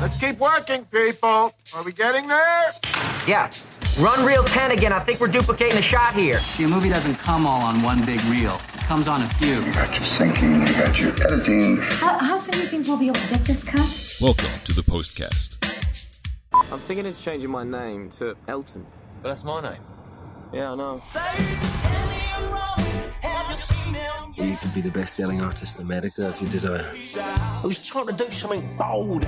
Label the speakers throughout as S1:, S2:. S1: Let's keep working, people. Are we getting there?
S2: Yeah. Run reel 10 again. I think we're duplicating a shot here.
S3: See, a movie doesn't come all on one big reel. It comes on a few.
S4: You got your syncing, you got your editing.
S5: How, how soon do you think we'll be able to get this cut?
S6: Welcome to the Postcast.
S7: I'm thinking of changing my name to Elton.
S8: But that's my name.
S7: Yeah, I know.
S9: You could be the best-selling artist in America if you desire.
S10: I was trying to do something bold.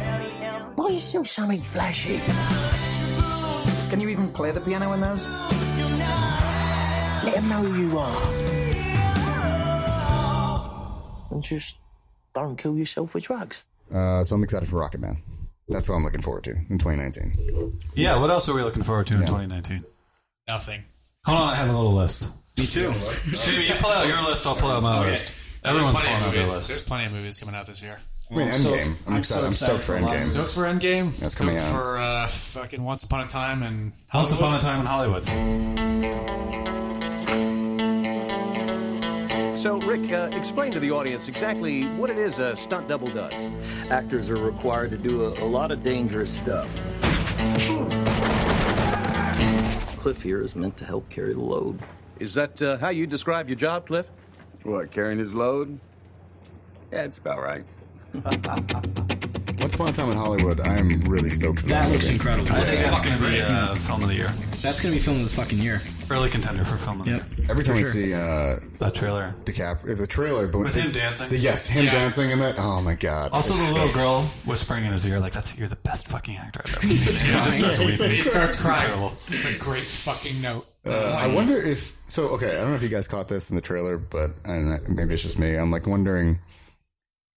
S10: Buy yourself something flashy.
S3: Can you even play the piano in those?
S10: Let them know who you are. And just don't kill yourself with drugs.
S11: Uh, so I'm excited for Rocket Man. That's what I'm looking forward to in 2019.
S12: Yeah, what else are we looking forward to in 2019?
S13: Nothing.
S12: Hold on, I have a little list.
S13: Me too.
S12: Jamie, you pull out your list, I'll pull out my
S13: Okay.
S12: list.
S13: There's
S12: Everyone's
S13: plenty
S12: pulling
S13: of
S12: out their
S13: movies.
S12: list.
S13: There's plenty of movies coming out this year.
S11: Wait, Endgame. I'm, excited. I'm stoked for Endgame.
S13: Stoked for Endgame.
S11: That's
S13: stoked
S11: coming out.
S13: for uh, fucking Once Upon a Time and
S12: Once Upon a Time in Hollywood.
S14: So, Rick, uh, explain to the audience exactly what it is a stunt double does.
S15: Actors are required to do a, a lot of dangerous stuff. Cliff here is meant to help carry the load.
S14: Is that uh, how you describe your job, Cliff?
S7: What, carrying his load? Yeah, it's about right.
S11: Once Upon a Time in Hollywood, I'm really stoked for that.
S16: That looks
S11: movie.
S16: incredible.
S12: I think that's going to be uh, film of the year.
S16: That's going to be film of the fucking year.
S12: Early contender for film of the year.
S11: Every time
S16: For
S11: we
S16: sure.
S11: see uh,
S12: That trailer.
S11: DiCap, it's a trailer, but
S12: With him dancing?
S11: the- yes, him
S12: Yes.
S11: dancing in that. Oh my god!
S12: Also,
S11: It's
S12: the
S11: so-
S12: little girl whispering in his ear, like, "That's you're the best fucking actor I've ever seen." He just starts
S11: Yeah, he
S12: weeping.
S11: starts
S12: He starts crying.
S13: It's a great fucking note.
S11: Uh, I wonder if so. Okay, I don't know if you guys caught this in the trailer, but and I- maybe it's just me. I'm like wondering: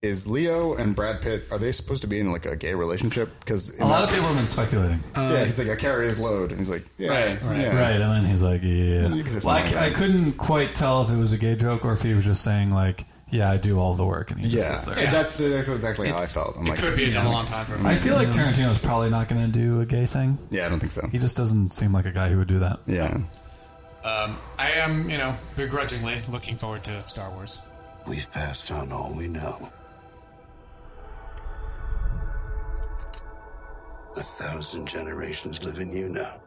S11: Is Leo and Brad Pitt are they supposed to be in like a gay relationship? Because
S12: A lot of people have been speculating.
S13: Um,
S11: yeah, he's like I carry his load, and he's like yeah, yeah.
S12: Right, and then he's like, "Yeah."
S11: Because it's
S12: Well,
S11: not
S12: I, I
S11: right.
S12: couldn't quite tell if it was a gay joke or if he was just saying like, "Yeah, I do all the work," and he just
S11: Yeah,
S12: sits there.
S11: that's that's exactly how I felt. I'm
S13: It
S11: like,
S13: could be a double entendre.
S12: I feel like Tarantino's probably not going to do a gay thing.
S11: yeah, I don't think so.
S12: He just doesn't seem like a guy who would do that.
S11: Yeah,
S13: Um, I am, you know, begrudgingly looking forward to Star Wars.
S4: We've passed on all we know. A thousand generations live in you now.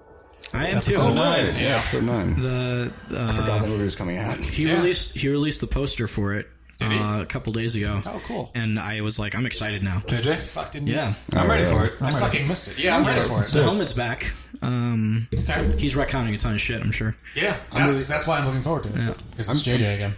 S16: I am
S12: Episode
S16: too.
S12: nine.
S11: yeah, episode nine.
S16: The
S11: I forgot that
S16: uh,
S11: movie was coming out.
S16: he released he released the poster for it
S13: he?
S16: uh, a couple days ago.
S13: Oh, cool.
S16: And I was like, I'm excited now.
S12: JJ,
S13: Fuck, didn't
S16: Yeah,
S12: I'm ready for it.
S13: I
S12: I'm ready.
S13: fucking missed it. Yeah, I'm ready for it.
S16: the helmet's back. Um,
S13: Okay.
S16: he's retconning a ton of shit. I'm sure.
S13: Yeah, that's, that's why I'm looking forward to it. Because it's JJ again.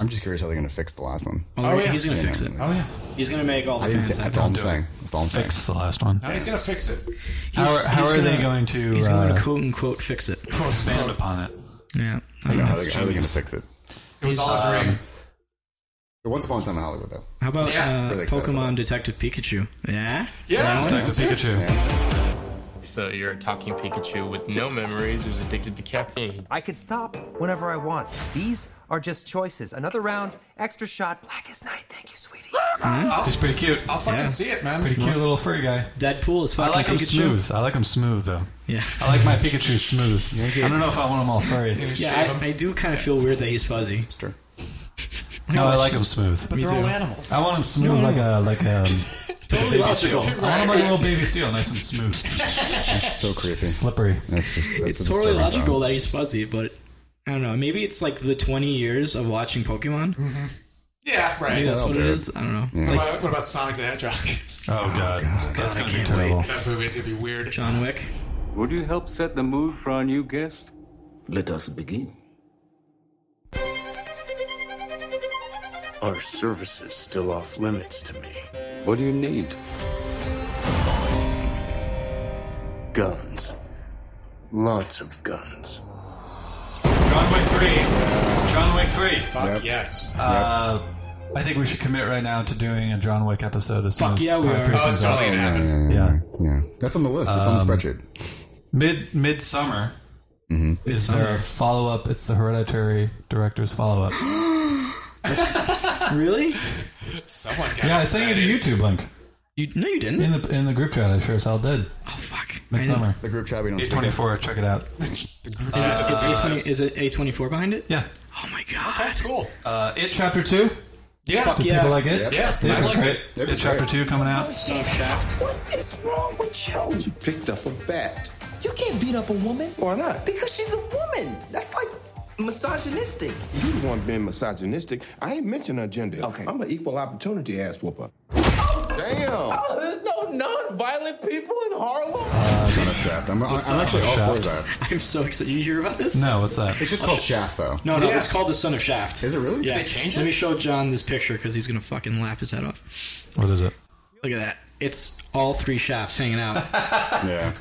S11: I'm just curious how they're going to fix the last one.
S16: Oh,
S13: yeah.
S16: he's gonna fix it.
S13: Oh, yeah.
S16: He's gonna make all the
S11: I didn't
S16: fans
S11: say,
S16: happy.
S11: that's all I'm saying. That's all I'm saying.
S12: Fix the last one.
S13: Now he's going to fix it.
S12: How are, how
S16: he's
S12: are they
S16: gonna-
S12: going to
S16: He's going
S12: uh,
S16: to quote unquote fix it.
S12: expand upon it?
S16: Yeah. uh,
S11: I don't know how they- how are they going to fix it?
S13: It was all a dream.
S11: But Once upon a time in Hollywood, though.
S16: How about
S13: Yeah.
S16: uh,
S11: Really excited for
S16: Pokemon
S11: that.
S16: Detective Pikachu? Yeah.
S13: Yeah.
S12: Detective Pikachu.
S17: So you're a talking Pikachu with no memories who's addicted to caffeine.
S2: I could stop whenever I want. These are just choices. Another round, extra shot, black as night. Thank you, sweetie.
S12: He's pretty cute.
S13: I'll fucking
S16: Yeah.
S13: see it, man.
S12: Pretty cute little furry guy.
S16: Deadpool is
S12: I
S16: fucking
S12: like him
S16: Pikachu.
S12: smooth. I like him smooth though.
S16: Yeah.
S12: I like my Pikachu smooth. I don't know if I want him all furry.
S16: Yeah, I, I do kind of feel weird that he's fuzzy.
S11: It's true.
S12: No, I like him smooth.
S13: But
S16: Me
S13: they're all
S16: too.
S13: animals.
S12: I want him smooth like a like a, like a baby seal. I want him like a little baby seal, nice and smooth,
S11: That's so creepy.
S12: slippery.
S11: That's just, that's
S16: It's
S11: a
S16: totally
S11: disturbing
S16: logical
S11: thought.
S16: that he's fuzzy, but I don't know. Maybe it's like the 20 years of watching Pokemon.
S13: Yeah, right.
S16: Maybe that's
S11: that'll
S16: what
S11: do
S16: it
S11: it.
S16: is. I don't know.
S13: What
S16: Like
S13: about, what about Sonic the Hedgehog?
S12: Oh god, that's gonna be terrible.
S13: That movie is going to be weird.
S16: John Wick.
S7: Would you help set the mood for our new guest?
S4: Let us begin. Our service is still off limits to me.
S7: What do you need?
S4: Guns. Lots of guns.
S12: John Wick three. John Wick three.
S13: Fuck
S11: Yep.
S13: yes.
S12: Uh, I think we should commit right now to doing a John Wick episode as soon
S16: Fuck
S12: as
S16: yeah, we
S12: Part
S16: are.
S12: three
S13: Oh, it's
S12: comes out.
S13: totally going to happen.
S11: Yeah, yeah,
S12: Yeah.
S11: yeah. That's on the list. It's
S12: um,
S11: on the spreadsheet.
S12: Mid midsummer. Is there a follow up? It's the Hereditary director's follow up.
S16: Really?
S13: Someone got
S12: Yeah, I sent you
S13: excited.
S12: the YouTube link
S16: You No, you didn't.
S12: in the in the group chat. I sure as hell did.
S16: oh, fuck. I didn't-
S12: Midsummer.
S11: The group chat we don't
S12: Eight
S11: speak
S12: twenty
S11: of.
S12: four. Check it out.
S16: Is, A20 is it A24 behind it?
S12: Yeah.
S16: Oh my god.
S13: Cool.
S12: Uh, it chapter two.
S11: Yeah,
S12: Fuck
S11: do
S12: yeah.
S11: people like it?
S12: Yep.
S11: Yeah, I liked it.
S12: It was
S11: chapter
S12: great.
S11: two coming out.
S18: So Shaft. What is wrong with you?
S4: You picked up a bat.
S18: You can't beat up a woman.
S4: Why not?
S18: Because she's a woman. That's like misogynistic.
S4: You the one being misogynistic. I ain't mentioning her gender. Okay. I'm an equal opportunity ass whooper. Damn.
S18: Oh, there's no non-violent people in Harlem.
S10: Uh, Shaft. I'm, I'm actually all for that.
S12: I'm so excited. You hear about this?
S11: No, what's that?
S10: It's just called Shaft, though.
S12: No, no,
S10: Yeah.
S12: it's called The Son of Shaft.
S10: Is it really?
S12: Yeah.
S10: They changed
S12: Let
S10: it?
S12: me show John this picture because he's going to fucking laugh his head off.
S11: What is it?
S12: Look at that. It's all three shafts hanging out.
S10: yeah.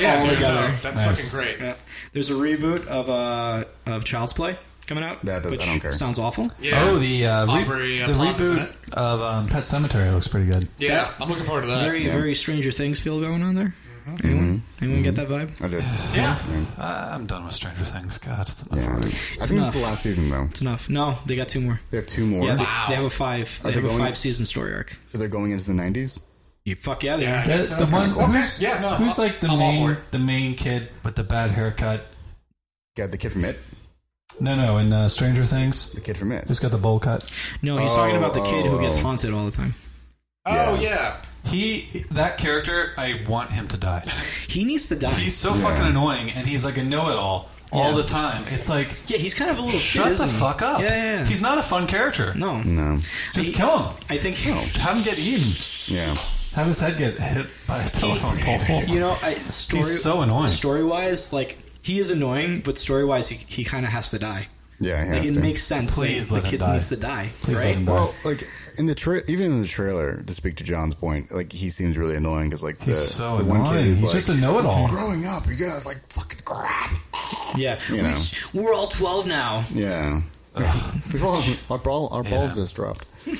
S13: Yeah,
S12: all
S13: dude,
S12: together.
S13: no, that's fucking great.
S12: Yeah. There's a reboot of uh of Child's Play coming out. That
S10: does-
S12: which
S10: I don't care.
S12: Sounds awful.
S11: Oh, the uh, re-
S13: Aubrey, uh,
S11: the
S13: Plaza's in
S11: reboot of um, Pet Cemetery looks pretty good.
S13: Yeah, I'm looking forward to that.
S12: Very
S13: yeah.
S12: very Stranger Things feel going on there. Anyone
S11: Mm-hmm.
S12: anyone get that vibe?
S10: I did.
S13: Yeah.
S11: Uh, I'm done with Stranger Things. God, it's enough.
S10: Yeah. I think this is the last season, though.
S12: It's enough. No, they got two more.
S10: They have two more.
S12: Yeah, they, they have a five.
S10: Are
S12: They
S10: they
S12: have a
S10: going-
S12: five season story arc.
S10: So they're going into the 90s?
S12: You fuck yeah, they
S13: Yeah, I
S12: are.
S13: guess
S11: The one who's,
S13: Yeah, no,
S11: who's like the
S13: I'm all for
S11: main
S13: it.
S11: the main kid with the bad haircut?
S10: Got the kid from It.
S11: No, no, in uh, Stranger Things, the
S10: kid from It.
S11: who's got the bowl cut.
S12: No, he's talking about the kid who gets haunted all the time.
S13: Oh yeah.
S11: He that character, I want him to die.
S12: He needs to die.
S11: He's so fucking annoying, and he's like a know-it-all all
S12: Yeah.
S11: the time. It's like,
S12: Yeah, he's kind of a little
S11: shut
S12: shit,
S11: the
S12: isn't he?
S11: fuck up.
S12: Yeah, yeah, yeah.
S11: He's not a fun character.
S12: No,
S10: No.
S11: just kill him.
S12: I think
S11: Have him get eaten.
S10: Yeah.
S11: Have his head get hit by a telephone pole.
S12: you know, I, story,
S11: He's so annoying.
S12: Story wise, like he is annoying, but story wise, he, he kind of has to die.
S10: Yeah, he
S12: like,
S10: has
S12: it
S10: to.
S12: makes sense.
S11: Please
S12: that
S11: let
S12: the
S11: him
S12: kid
S11: die.
S12: needs to die,
S11: Please let
S12: right?
S11: him die.
S10: Well, like in the tra- even in the trailer, to speak to John's point, like he seems really annoying because like the,
S11: He's so
S10: the one
S11: annoying.
S10: kid is
S11: He's
S10: like,
S11: just a know-it-all.
S10: Growing up, you guys like fucking crap.
S12: Yeah,
S10: You know.
S12: we, are all twelve now.
S10: Yeah. We've all- our ball, our balls just dropped.
S11: But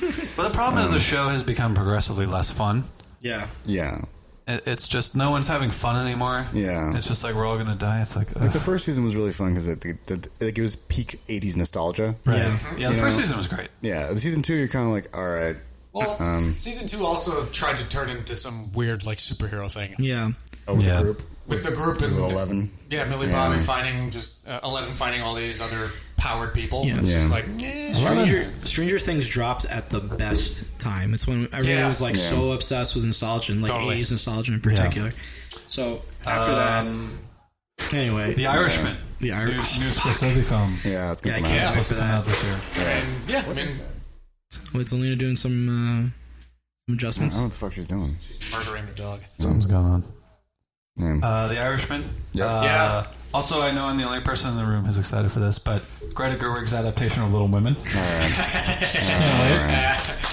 S11: the problem
S10: um,
S11: is the show has become progressively less fun.
S12: Yeah,
S10: Yeah.
S11: It, it's just no one's having fun anymore.
S10: Yeah.
S11: It's just like we're all gonna die. It's like,
S10: Like
S11: ugh.
S10: the first season was really fun because it, the, the, like it was peak '80s nostalgia.
S11: Right. Yeah. Yeah, the
S10: You
S11: first season was great.
S10: Yeah, the season two, you're kind of like, all right.
S13: Well,
S10: um,
S13: season two also tried to turn into some weird like superhero thing.
S12: Yeah.
S10: oh, with
S11: Yeah.
S10: the group,
S13: With the group and
S10: eleven.
S13: Yeah, Millie
S10: Yeah.
S13: Bobby finding just uh, Eleven finding all these other powered people.
S12: Yeah.
S13: It's just
S10: Yeah.
S13: like eh,
S12: Stranger, Stranger Things dropped at the best time. It's when everyone
S13: Yeah.
S12: was like
S10: Yeah.
S12: so obsessed with nostalgia, and like
S13: Totally.
S12: eighties nostalgia in particular. So after
S11: Um,
S12: that, anyway,
S11: The Irishman.
S12: The
S11: New, new
S12: Irish.
S11: Scorsese film.
S10: Yeah, it's gonna
S12: Yeah, I
S10: come
S12: can't
S10: out.
S12: wait
S11: supposed
S12: for
S11: to come out
S12: that.
S11: this year.
S13: and yeah, I mean
S12: What's Alina doing? Some uh, some
S10: I don't
S12: adjustments.
S10: know what the fuck she's doing.
S13: murdering the dog.
S11: Something's going on.
S10: Yeah.
S11: Uh, the Irishman.
S10: Yep.
S11: Uh,
S13: Yeah.
S11: Also, I know I'm the only person in the room who's excited for this, but Greta Gerwig's adaptation of Little Women.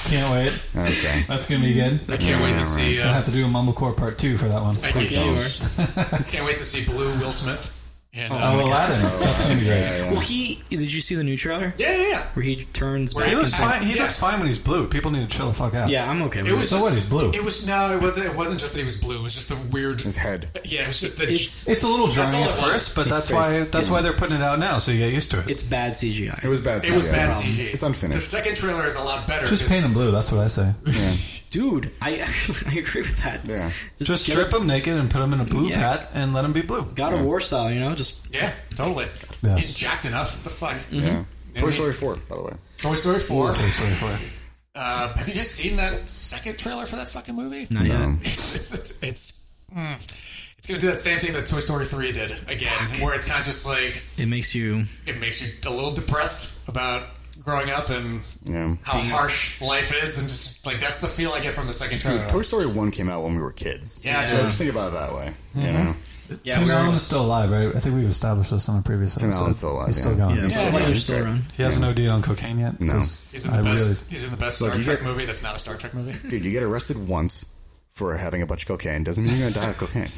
S11: Can't wait.
S10: Oh, Okay.
S11: That's gonna be good.
S13: I can't wait to see.
S11: Gonna
S13: Uh,
S11: have to do a Mumblecore part two for that one.
S13: I
S11: Oh,
S13: uh, can't, can't wait to see Blue Will Smith. And, uh,
S11: Aladdin.
S10: Oh,
S11: That's gonna be great.
S12: Well, Oh. he did you see the new trailer
S13: yeah, yeah, yeah.
S12: where he turns
S13: Where
S12: back?
S11: He looks
S12: into-
S11: fine. He
S13: Yeah.
S11: looks fine when he's blue. People need to chill the fuck out.
S12: Yeah, I'm okay. With
S13: It was
S11: Oh. So
S13: just,
S11: what, he's blue?
S13: It was no, it wasn't. It wasn't just that he was blue. It was just the weird.
S10: His head.
S13: Yeah, it was just the.
S12: It's
S11: It's a little jarring
S13: all
S11: at
S13: it was.
S11: first, but
S10: His
S11: that's
S10: face
S11: why that's
S10: is-
S11: why they're putting it out now, so you get used to it.
S12: it's bad CGI.
S10: It was bad.
S13: it was
S10: CGI.
S13: bad CG.
S10: It's
S13: The
S10: unfinished.
S13: second trailer is a lot better.
S11: Just
S13: 'cause-
S11: paint him blue. That's what I say.
S12: Dude, I I agree with that.
S10: Yeah.
S11: Just
S12: get
S11: strip
S12: a,
S11: him naked and put him in a blue
S12: Yeah.
S11: hat and let him be blue.
S12: God of War style, you know, just
S13: Yeah, totally.
S11: Yeah.
S13: He's jacked enough. What the fuck?
S10: Yeah. Toy
S13: Mhm.
S10: Story Four, by the way.
S13: Toy Story Four.
S11: Toy Story 4.
S13: Uh, have you guys seen that second trailer for that fucking movie?
S12: not yet.
S13: It's it's it's it's, mm, it's gonna do that same thing that Toy Story Three did again, where it's kind of just like
S12: It makes you
S13: it makes you a little depressed about growing up and
S10: Yeah.
S13: how harsh life is, and just like that's the feel I get from the second trailer.
S10: Dude, Toy Story One came out when we were kids.
S13: Yeah,
S10: So
S13: yeah.
S10: just think about it that way. You know.
S12: yeah.
S11: Tim
S12: we're-
S11: Allen is still alive, right? I think we've established this on a previous episode.
S10: Allen's still alive,
S11: He's still
S10: yeah.
S11: going.
S12: yeah,
S10: Yeah.
S12: yeah,
S10: Yeah.
S12: yeah, still around.
S11: He hasn't OD'd on cocaine yet.
S10: No.
S11: 'cause
S13: he's in the
S11: I
S13: best.
S11: really-
S13: He's in the best
S10: Look,
S13: Star
S10: you
S13: Trek
S10: get-
S13: movie. That's not a Star Trek movie.
S10: Dude, you get arrested once for having a bunch of cocaine doesn't mean you're gonna die of cocaine.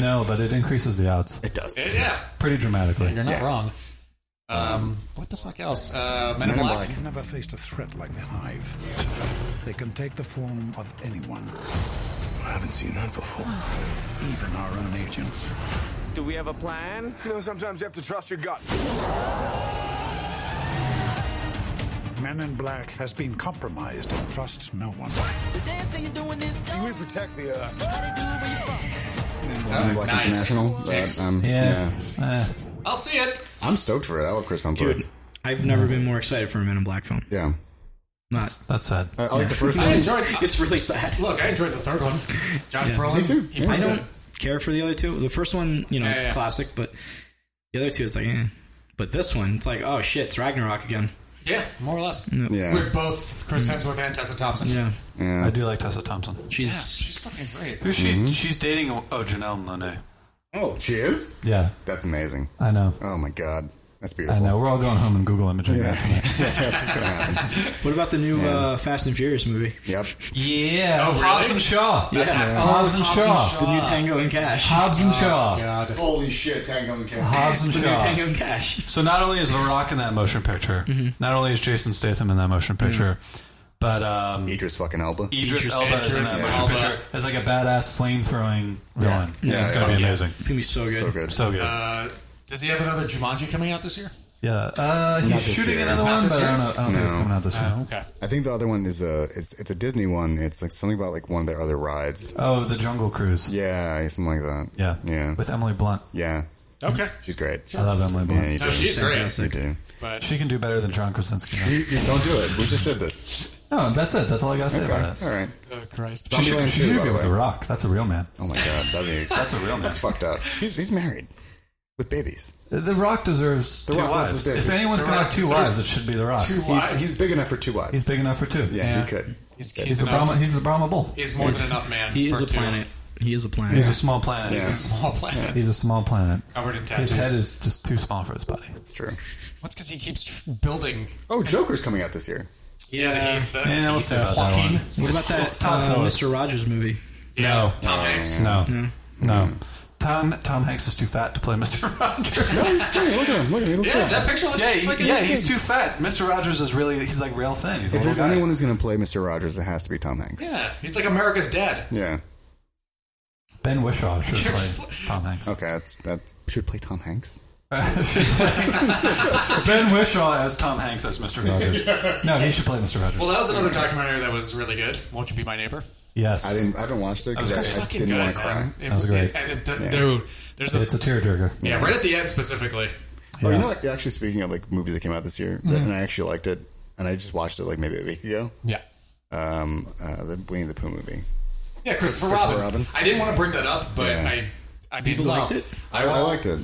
S11: no, but it increases the odds
S10: It does.
S13: yeah,
S11: pretty dramatically.
S13: you're not
S10: Yeah.
S13: wrong. Um, what the fuck else? Uh, Men,
S10: Men
S13: in
S10: in
S13: Black.
S10: Black.
S14: never faced a threat like the Hive. They can take the form of anyone,
S19: I haven't seen that before.
S14: even our own agents.
S2: Do we have a plan?
S4: You know, sometimes you have to trust your gut.
S14: Men in Black has been compromised and trusts no one.
S4: We protect the Earth.
S10: Men in Black
S13: Oh, nice.
S10: International. That, um,
S11: Yeah.
S10: yeah.
S12: Uh,
S11: Eh.
S13: I'll see it.
S10: I'm stoked for it. I love Chris Hemsworth.
S12: Dude, I've never been more excited for a Men in Black film.
S10: Yeah.
S16: Not.
S11: That's sad.
S10: I, I like the first one.
S16: I enjoyed. It's really sad.
S12: Look, I enjoyed the third one. Josh Brolin.
S16: Me too.
S12: He
S16: I
S12: plays
S16: don't
S12: it.
S16: care for the other two. The first one, you know,
S12: Yeah,
S16: it's
S12: yeah.
S16: classic, but the other two, it's like, eh. But this one, it's like, oh shit, it's Ragnarok again.
S12: Yeah, more or less.
S16: Yeah. Yeah.
S12: With both Chris Hemsworth and Tessa Thompson.
S16: Yeah.
S10: Yeah. Mm-hmm.
S11: I do like Tessa Thompson.
S16: She's
S12: she's fucking great.
S11: Who's she? She's dating oh Janelle Monae.
S16: Oh,
S10: she is.
S11: Yeah,
S10: that's amazing.
S11: I know.
S10: Oh my god, that's
S11: I
S10: beautiful.
S11: know. We're all going home and Google imaging that tonight.
S16: What about the new uh, Fast and Furious movie?
S10: Yep.
S11: Yeah, Hobbs and Shaw.
S16: Yeah.
S11: Oh, Hobbs and Shaw.
S16: The new Tango and Cash.
S11: Hobbs and Shaw.
S10: Holy shit, Tango and Cash.
S11: Hobbs and
S16: It's the new
S11: Shaw.
S16: Tango and Cash. Mm-hmm.
S11: So not only is The Rock in that motion picture, not only is Jason Statham in that motion picture, but um,
S10: Idris fucking Elba.
S11: Idris, Elba is in that
S10: Idris
S11: motion
S10: Elba.
S11: picture as like a badass flame throwing
S10: Yeah.
S11: villain.
S10: Yeah,
S11: it's gonna
S10: yeah.
S11: be
S10: Yeah.
S11: amazing.
S16: It's gonna be so good.
S10: So good.
S11: So good.
S12: Uh, does he have another Jumanji coming out this year?
S11: yeah, uh,
S10: Not
S11: he's
S10: this
S11: shooting
S10: year.
S11: another
S12: Not
S11: one,
S12: this
S11: but I
S12: year?
S11: don't know. I don't think it's coming out this year.
S12: Oh, okay.
S10: I think the other one is a it's it's a Disney one. It's like something about like one of their other rides.
S11: Oh, the Jungle Cruise.
S10: Yeah, something like that.
S11: Yeah,
S10: yeah.
S11: with Emily Blunt.
S10: Yeah,
S12: Okay.
S10: she's great.
S11: I love Emily Blunt.
S10: Yeah, you
S12: No,
S10: do.
S12: she's great.
S10: You do.
S12: But
S11: She can do better than John Krasinski.
S10: You, you don't do it. We just did this.
S11: No, that's it. That's all I gotta say
S10: Okay.
S11: about it.
S10: All right.
S12: oh, Christ.
S11: She should,
S10: Zombieland
S11: she
S10: 2,
S11: should
S10: by
S11: be
S10: the
S11: with
S10: way.
S11: The Rock. That's a real man.
S10: Oh my god, that'd be,
S11: That's a real man.
S10: That's fucked up. He's, he's married with babies.
S11: The Rock deserves
S10: The
S11: two
S10: Rock loves
S11: wives.
S10: his babies.
S11: If anyone's
S10: The
S11: gonna
S10: Rock
S11: have two
S10: deserves
S11: wives, it should be The Rock.
S12: Two
S10: He's,
S12: wives.
S10: he's big enough for two wives.
S11: He's big enough for two.
S10: yeah,
S12: Yeah.
S10: he could.
S12: He's,
S11: He's
S12: he's,
S11: the
S12: enough.
S11: Brahma. He's the Brahma Bull.
S12: he's more than enough man.
S16: He
S12: for
S16: is a
S12: two.
S16: planet. He is a planet.
S11: He's a small planet.
S12: He's a small planet.
S11: He's a small planet.
S12: Covered in
S11: His
S12: tattoos.
S11: head is just too small for his body.
S10: It's true.
S12: What's because he keeps tr- building.
S10: Oh, Joker's coming out this year.
S12: Yeah, the, the,
S11: Yeah, we'll
S12: he's
S11: see about that
S12: Joaquin.
S11: one.
S16: What about that
S11: It's Tom
S16: uh,
S11: Phillips.
S16: Mr. Rogers movie?
S11: No,
S12: Tom Hanks.
S11: no, no. Tom Tom Hanks is too fat to play Mr. Rogers.
S10: No, he's skinny. Look at him. Look at him. He looks
S12: Yeah,
S10: good.
S12: that picture looks
S11: yeah,
S12: fucking
S11: he, yeah, he's
S12: insane.
S11: too fat. Mr. Rogers is really he's like real thin. He's a
S10: If
S11: little
S10: there's
S11: guy.
S10: anyone who's going to play Mr. Rogers, it has to be Tom Hanks.
S12: Yeah, he's like America's dad.
S10: Yeah.
S11: Ben Wishaw should
S12: You're
S11: play
S12: fu-
S11: Tom Hanks.
S10: Okay, that's that should play Tom Hanks.
S11: ben Wishaw as Tom Hanks as Mr. Rogers. No, he should play Mr. Rogers.
S12: Well, that was another documentary that was really good. Won't you be my neighbor?
S11: yes,
S10: I didn't. I haven't watched it
S12: That was
S10: because I, I
S12: fucking
S10: didn't
S12: good.
S10: want to cry.
S12: man. It-
S11: That was great.
S12: it- and it, th- dude, there's a,
S11: It's a tearjerker.
S12: yeah, right at the end specifically.
S10: Oh, you know what? Actually, speaking of like movies that came out this year, that,
S12: Mm-hmm.
S10: and I actually liked it, and I just watched it like maybe a week ago.
S12: Yeah.
S10: Um, uh, the Winnie the Pooh movie.
S12: Yeah, Christopher,
S10: Christopher
S12: Robin.
S10: Robin.
S12: I didn't want to bring that up, but
S10: Yeah.
S12: I, I mean,
S16: People
S12: no.
S16: liked it?
S10: I, I liked it.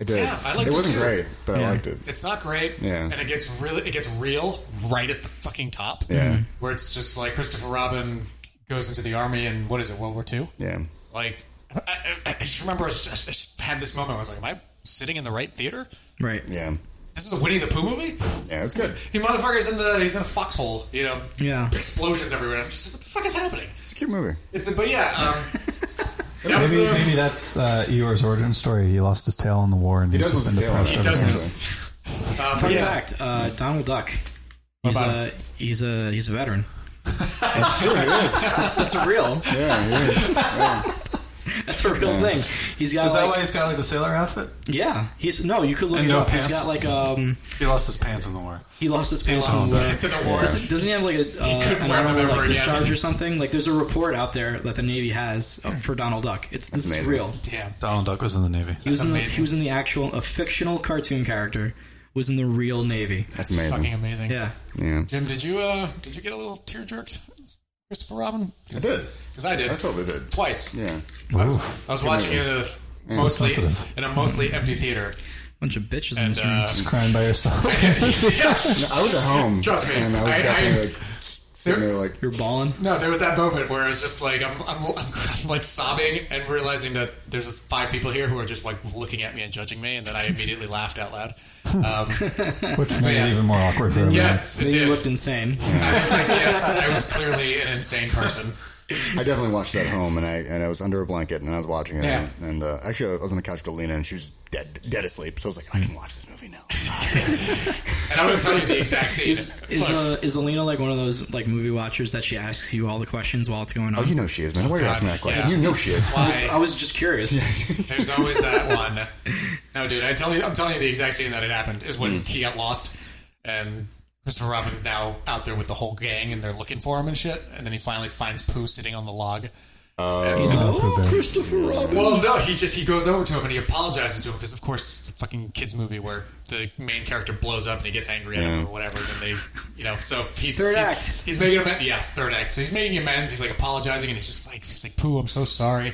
S10: I did.
S12: Yeah, I liked
S10: it.
S12: it
S10: wasn't
S12: too.
S10: great, but I liked it.
S12: It's not great.
S10: Yeah.
S12: And it gets really, it gets real right at the fucking top. Mm-hmm.
S10: Yeah.
S12: Where it's just like Christopher Robin goes into the army and what is it, World War II?
S10: Yeah.
S12: Like, I, I, I just remember I just, I just had this moment. Where I was like, am I sitting in the right theater?
S16: Right.
S10: Yeah.
S12: This is a Winnie the Pooh movie.
S10: Yeah, it's good.
S12: He motherfucker's in the he's in a foxhole. You know,
S16: Yeah.
S12: explosions everywhere. I'm just like, what the fuck is happening?
S10: It's a cute movie.
S12: It's but yeah, um, that was
S11: Maybe,
S12: the,
S11: maybe that's uh, Eeyore's origin story. He lost his tail in the war, and
S10: He does
S11: he's just
S10: lose
S11: been
S10: his tail in
S11: depressed
S10: it.
S12: he
S11: ever
S12: does
S11: since.
S12: this. Uh,
S16: Fun
S12: but yeah,
S16: fact: uh, Donald Duck. He's
S12: about
S16: a, he's a he's a veteran. That's a real.
S10: Yeah, yeah.
S16: That's a real thing. He's got
S11: Is that
S16: like-
S11: why he's got like the sailor outfit?
S16: yeah. He's no. You could look
S11: And
S16: it
S11: no
S16: up.
S11: pants.
S16: He's got like um.
S11: He lost his pants in the war.
S16: He lost his pants.
S12: lost
S16: in the
S12: his
S16: war.
S12: pants in the war.
S16: Doesn't, doesn't he have like a uh,
S12: couldn't
S16: an
S12: wear them
S16: honorable,
S12: ever
S16: like,
S12: again.
S16: discharge or something? Like there's a report out there that the Navy has uh, for Donald Duck. It's this is
S10: amazing.
S16: real.
S12: damn.
S11: Donald Duck was in the navy.
S16: He was in the,
S12: amazing.
S16: he was in the actual a fictional cartoon character was in the real Navy.
S10: That's
S12: Fucking
S10: amazing.
S12: amazing.
S16: Yeah.
S10: Yeah.
S12: Jim, did you uh did you get a little tear jerked, Christopher Robin?
S10: I did.
S12: Because I did.
S10: I totally did.
S12: Twice.
S10: Yeah.
S12: I was, I was watching it in a mostly
S11: Sensitive.
S12: in a mostly empty theater,
S16: Bunch of bitches in
S12: and
S16: this room.
S12: uh,
S11: Crying by yourself.
S10: No, I was at home.
S12: Trust me.
S10: And I was
S12: I-
S10: definitely
S12: I-
S10: like sitting there like,
S16: You're balling.
S12: No, there was that moment where it's just like I'm, I'm, I'm, I'm like sobbing and realizing that there's just five people here who are just like looking at me and judging me, and then I immediately laughed out loud. Um,
S11: Which made
S12: yeah.
S11: it even more awkward for him.
S12: yes, it
S16: Then you
S12: did.
S16: looked insane.
S12: I was like, yes, I was clearly an insane person.
S10: I definitely watched that at home, and I and I was under a blanket, and I was watching it.
S12: Yeah.
S10: And uh, actually, I was on the couch with Alina, and she was dead, dead asleep. So I was like, I
S12: Mm.
S10: can watch this movie now.
S12: And I'm going to tell you the exact scene.
S16: Is
S12: Look,
S16: uh, is Alina like one of those like movie watchers that she asks you all the questions while it's going on?
S10: oh, you know she is, man. Why are you asking me that question?
S12: yeah.
S10: You know she is.
S12: why?
S16: I was just curious.
S12: There's always that one. No, dude, I tell you, I'm telling you the exact scene that it happened is
S16: Mm.
S12: when he got lost, and Christopher Robin's now out there with the whole gang, and they're looking for him and shit, and then he finally finds Pooh sitting on the log. And he's like, "Oh, Well, no, he just he goes over to him and he apologizes to him because, of course, it's a fucking kids movie where the main character blows up and he gets angry at
S10: Yeah.
S12: him or whatever. And then they, you know, so he's
S20: Third
S12: he's,
S20: act.
S12: He's making amends. Yes, third act. So he's making amends. He's like apologizing and he's just like he's like, "Pooh, I'm so sorry.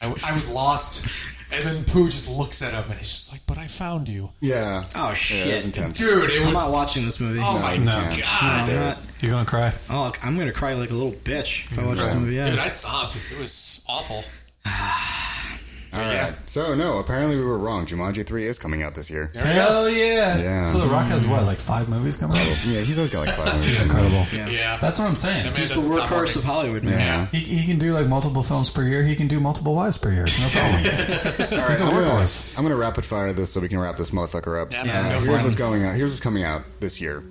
S12: I, w- I was lost." And then Pooh just looks at him and he's just like, "But I found you."
S10: Yeah.
S16: Oh shit,
S12: it was intense. Dude, it
S16: I'm
S12: was-
S16: not watching this movie.
S12: Oh, No, my you can't. God.
S16: No, I'm not.
S11: You're gonna cry.
S16: Oh, I'm gonna cry like a little bitch if I watch this
S10: Right.
S16: movie. Yeah.
S12: Dude, I sobbed. It was awful.
S10: All right. So no, apparently we were wrong. Jumanji three is coming out this year.
S11: Hell yeah.
S10: Yeah.
S11: So The Rock has what, like five movies coming out?
S10: yeah, he's always got like five movies.
S11: Incredible.
S16: Yeah.
S11: That's what I'm saying.
S16: He's the workhorse of Hollywood, man.
S10: Yeah.
S11: He, he can do like multiple films per year. He can do multiple wives per year. It's no problem.
S10: Uh, All right, I'm gonna, I'm gonna rapid fire this so we can wrap this motherfucker up.
S11: Yeah, man,
S10: Uh,
S11: go for
S10: here's
S11: it.
S10: what's going out. Here's what's coming out this year.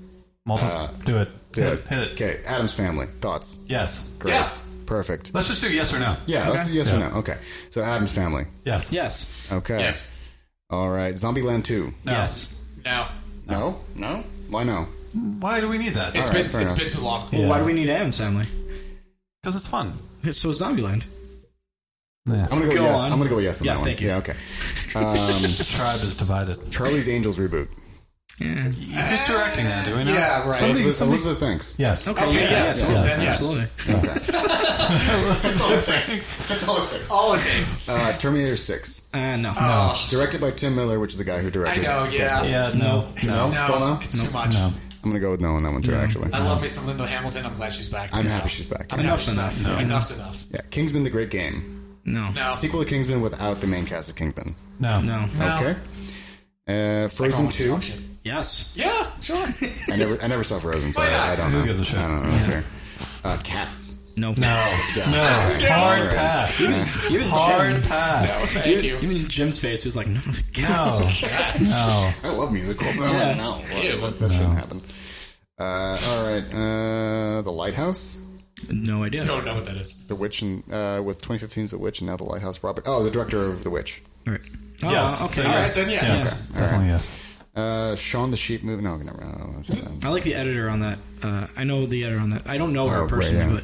S11: Multiple. do it.
S10: Do
S11: Hit
S10: it.
S11: it. Hit it.
S10: Okay. Adam's family thoughts.
S11: Yes.
S10: Great.
S11: Yeah.
S10: Perfect.
S11: Let's just do yes or no.
S10: Yeah. Let's
S11: Okay.
S10: do yes or
S11: Yeah.
S10: no. Okay. So Adam's family.
S11: Yes.
S16: Yes.
S10: Okay.
S12: Yes.
S10: All right. Zombieland two.
S11: Yes.
S12: No,
S10: No. No. Why no?
S11: Why do we need that?
S10: It's All right, been- fair it's enough. been
S12: too long.
S16: Well, why do we need Adam's family?
S11: Because it's fun.
S16: So is Zombieland.
S10: I'm gonna go,
S16: Go
S10: yes.
S16: on.
S10: I'm gonna go yes on
S16: Yeah,
S10: that one.
S16: thank you.
S10: Yeah. Okay. Um,
S11: Tribe is divided.
S10: Charlie's Angels reboot.
S11: Who's directing that? Do we know?
S16: Yeah, right.
S11: Something-
S10: Elizabeth,
S11: something-
S10: Elizabeth Banks.
S11: Yes.
S12: Okay, yes. Then yes.
S10: Okay. That's all it takes. That's all it takes.
S12: All it takes.
S10: Uh, Terminator 6.
S16: Uh, no.
S12: Oh.
S10: Directed by Tim Miller, which is the guy who directed
S12: I know, yeah.
S10: Deadpool.
S12: Yeah,
S11: no.
S10: No?
S12: No,
S10: Still no?
S12: it's too much.
S10: I'm going to go with no on that one, too, actually.
S12: I love me some Linda Hamilton. I'm glad she's back.
S10: I'm happy she's back.
S12: I'm Enough's enough.
S10: No.
S12: Enough's enough.
S10: Yeah, Kingsman the Great Game.
S16: No.
S12: No.
S10: Sequel to Kingsman without the main cast of Kingsman.
S11: No.
S16: No.
S10: Okay. Uh, Frozen 2.
S16: Yes.
S12: Yeah, sure.
S10: I never I never saw Frozen, so I, I don't know.
S11: Who gives a shit?
S10: I don't know. Okay. Uh, cats.
S16: No.
S11: No. No. Hard pass. Hard pass.
S12: No,
S16: thank you. Even Jim's face was like, no.
S11: No. No.
S10: I love musicals. I
S16: Yeah.
S10: don't know. What- that's- That shouldn't happen. Uh, all right. Uh, the Lighthouse.
S16: No idea.
S12: Don't know what that is.
S10: The Witch and uh, with 2015's The Witch and now The Lighthouse. Robert. Oh, the director of The Witch.
S16: Right.
S12: Oh,
S11: Yes.
S16: okay.
S11: So
S16: All right,
S11: yes.
S16: then yes.
S11: Yes.
S10: Okay.
S11: Definitely
S10: All right.
S11: yes.
S10: Uh, Shaun the Sheep movie. No, never. no, that's, um,
S16: I like the editor on that. Uh, I know the editor on that. I don't know
S10: Oh,
S16: her
S10: right,
S16: personally,
S10: yeah.
S16: but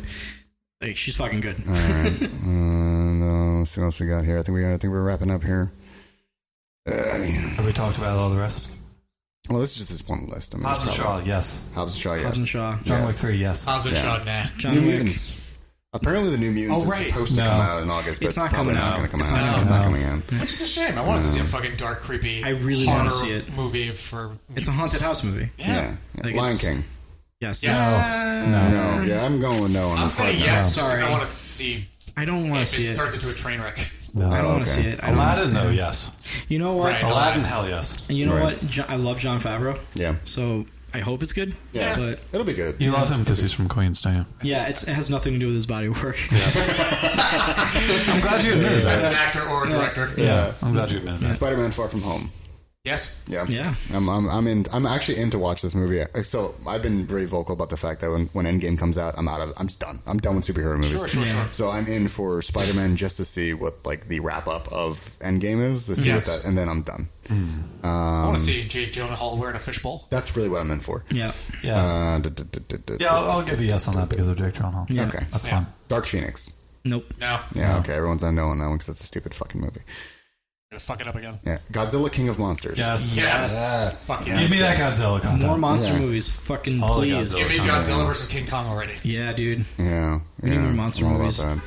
S16: like, she's fucking good.
S10: all right. uh, let's see what else we got here. I think we. I think we're wrapping up here.
S11: Have we talked about all the rest?
S10: Well, this is just one list. I mean,
S11: Hobbs and
S10: there's
S11: Shaw.
S10: probably-
S11: Yes.
S10: Hobbs and Shaw. Yes.
S16: Hobbs and Shaw.
S11: John Wick 3, yes.
S12: Hobbs and Shaw, nah.
S16: John
S10: New
S16: Wick.
S10: Mutants. Apparently, the New Mutants
S12: Oh, right.
S10: is supposed to
S11: No.
S10: come out in August, but
S16: It's
S10: it's,
S16: not coming
S10: probably not
S16: out.
S10: going to come
S16: It's
S10: out.
S16: not
S10: it's
S16: coming
S10: not
S16: out.
S10: coming out.
S12: Which is a shame. I wanted to see a fucking dark, creepy.
S16: I really
S12: horror
S16: wanna see it.
S12: movie for
S16: It's a haunted house movie.
S10: Yeah.
S16: Like, it's-
S10: Lion King.
S16: Yes.
S12: Yes.
S10: No. Yeah, I'm going with no on
S12: I'm
S10: this hard
S12: saying
S10: no.
S12: yes. Sorry.
S16: Sorry.
S12: I want to see.
S16: I don't want
S12: if
S16: to see
S12: it,
S16: it.
S12: turns into a train wreck.
S11: No.
S16: I don't want to
S10: Okay.
S16: see it. I don't-
S11: Aladdin, though, yes.
S16: You know what?
S12: Right.
S11: Aladdin, hell yes.
S16: You know
S10: Right.
S16: what? Jo- I love John Favreau.
S10: Yeah.
S16: So I hope it's good.
S10: Yeah.
S16: But
S10: It'll be good.
S11: You love him because he's from Queens, don't you?
S16: yeah, it's, it has nothing to do with his body of work.
S11: I'm glad you admitted
S12: As an
S11: that.
S12: actor or a director.
S11: Yeah, I'm glad you admitted that.
S10: Spider-Man: Far From Home.
S12: Yes.
S10: Yeah,
S16: Yeah.
S10: I'm, I'm, I'm in. I'm actually in to watch this movie. Uh, So I've been very vocal about the fact that when, when Endgame comes out, I'm out of. I'm just done. I'm done with superhero movies.
S12: Sure, sure, sure.
S10: So I'm in for Spider-Man just to see what like the wrap up of Endgame is. To see
S12: Yes.
S10: what that, and then I'm done.
S12: I
S10: Um,
S12: want to see Jake Gyllenhaal wearing a fishbowl.
S10: that's really what I'm in for.
S16: Yeah.
S11: Yeah.
S10: Uh, d- d- d- d- d-
S11: yeah, I'll, I'll give a yes on that because of Jake Gyllenhaal.
S16: Yeah.
S10: Okay.
S11: That's
S12: Yeah.
S11: fun.
S10: Dark Phoenix.
S16: Nope.
S12: No.
S10: Yeah. Okay. Everyone's on no on that one because it's a stupid fucking movie.
S12: Gonna fuck it up again.
S10: Yeah. Godzilla King of Monsters.
S11: Yes.
S12: Yes. Fuck yeah.
S11: Give me that Godzilla content.
S16: More monster
S10: Yeah.
S16: movies, fucking
S11: All the
S16: please.
S12: Give me Godzilla versus King Kong already.
S16: Yeah, dude.
S10: Yeah,
S16: We need
S10: yeah,
S16: more monster
S10: I'm all
S16: movies.
S10: About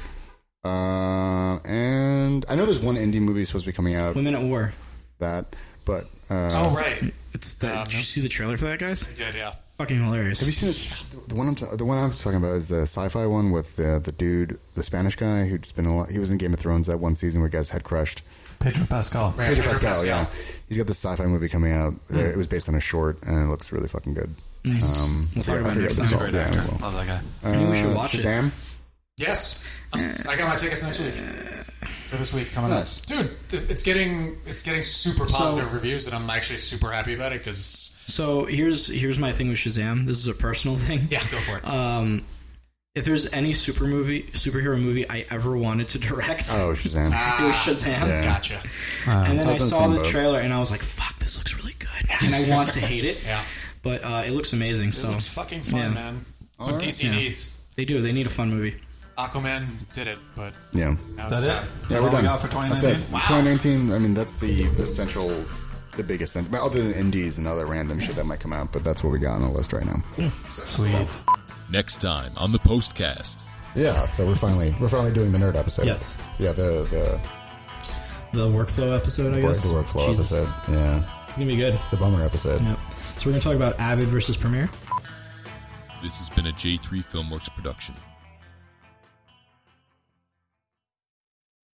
S10: that. Uh, and I know there's one indie movie supposed to be coming out
S16: Women at War.
S10: that, but uh,
S12: Oh right.
S16: It's that. did you see the trailer for that, guys?
S12: Good. Yeah.
S16: Fucking hilarious.
S10: have you seen it? the one? I'm ta- the one I'm talking about is the sci-fi one with the the dude, the Spanish guy who'd been a lot. He was in Game of Thrones that one season where guys head crushed.
S11: Pedro Pascal.
S12: Right.
S10: Pedro
S12: Pedro
S10: Pascal,
S12: Pascal.
S10: yeah, he's got this sci-fi movie coming out. Uh, It was based on a short, and it looks really fucking good.
S16: Hmm. Nice.
S10: Um,
S16: We'll
S10: I forget-
S16: talk about
S10: I
S16: it
S10: forget
S16: next
S10: what it's
S11: He's a
S10: called.
S11: great
S10: Yeah,
S11: actor.
S10: well.
S11: Love that guy.
S16: I mean, we should
S10: Uh,
S16: watch it.
S10: Shazam?
S12: Yes. I'm s- I got my tickets next week. For this week coming
S10: Nice.
S12: up, dude. th- It's getting it's getting super positive reviews, and I'm actually super happy about it because
S16: So here's here's my thing with Shazam. This is a personal thing.
S12: yeah, go for it.
S16: Um, if there's any super movie superhero movie I ever wanted to direct,
S10: Oh, Shazam!
S16: it was Shazam.
S10: yeah.
S12: Gotcha.
S16: And then
S10: I
S16: I
S10: was in the
S16: saw
S10: same
S16: the
S10: boat.
S16: trailer and I was like, "Fuck, this looks really good," and I want to hate it.
S12: Yeah.
S16: But uh, it looks amazing.
S12: It
S16: so
S12: looks fucking fun,
S16: yeah.
S12: man. That's what DC
S16: Yeah.
S12: needs.
S16: They do. They need a fun movie.
S11: Oh. Aquaman did it, but
S13: Yeah.
S11: now it's time.
S13: Yeah, we're done. That's it.
S11: Wow.
S13: 2019, I mean, that's the, the central, the biggest, cent- well, other than indies and other random shit that might come out, but that's what we got on the list right now.
S21: Sweet.
S22: Next time on the postcast.
S13: Yeah, so we're finally we're finally doing the nerd episode.
S22: Yes.
S13: Yeah, the the
S10: The workflow episode, I
S13: the
S10: guess.
S13: workflow
S10: Jesus.
S13: episode. Yeah.
S10: It's gonna be good.
S13: The bummer episode.
S10: Yep. So we're gonna talk about Avid versus Premiere.
S22: This has been a J3 Filmworks production.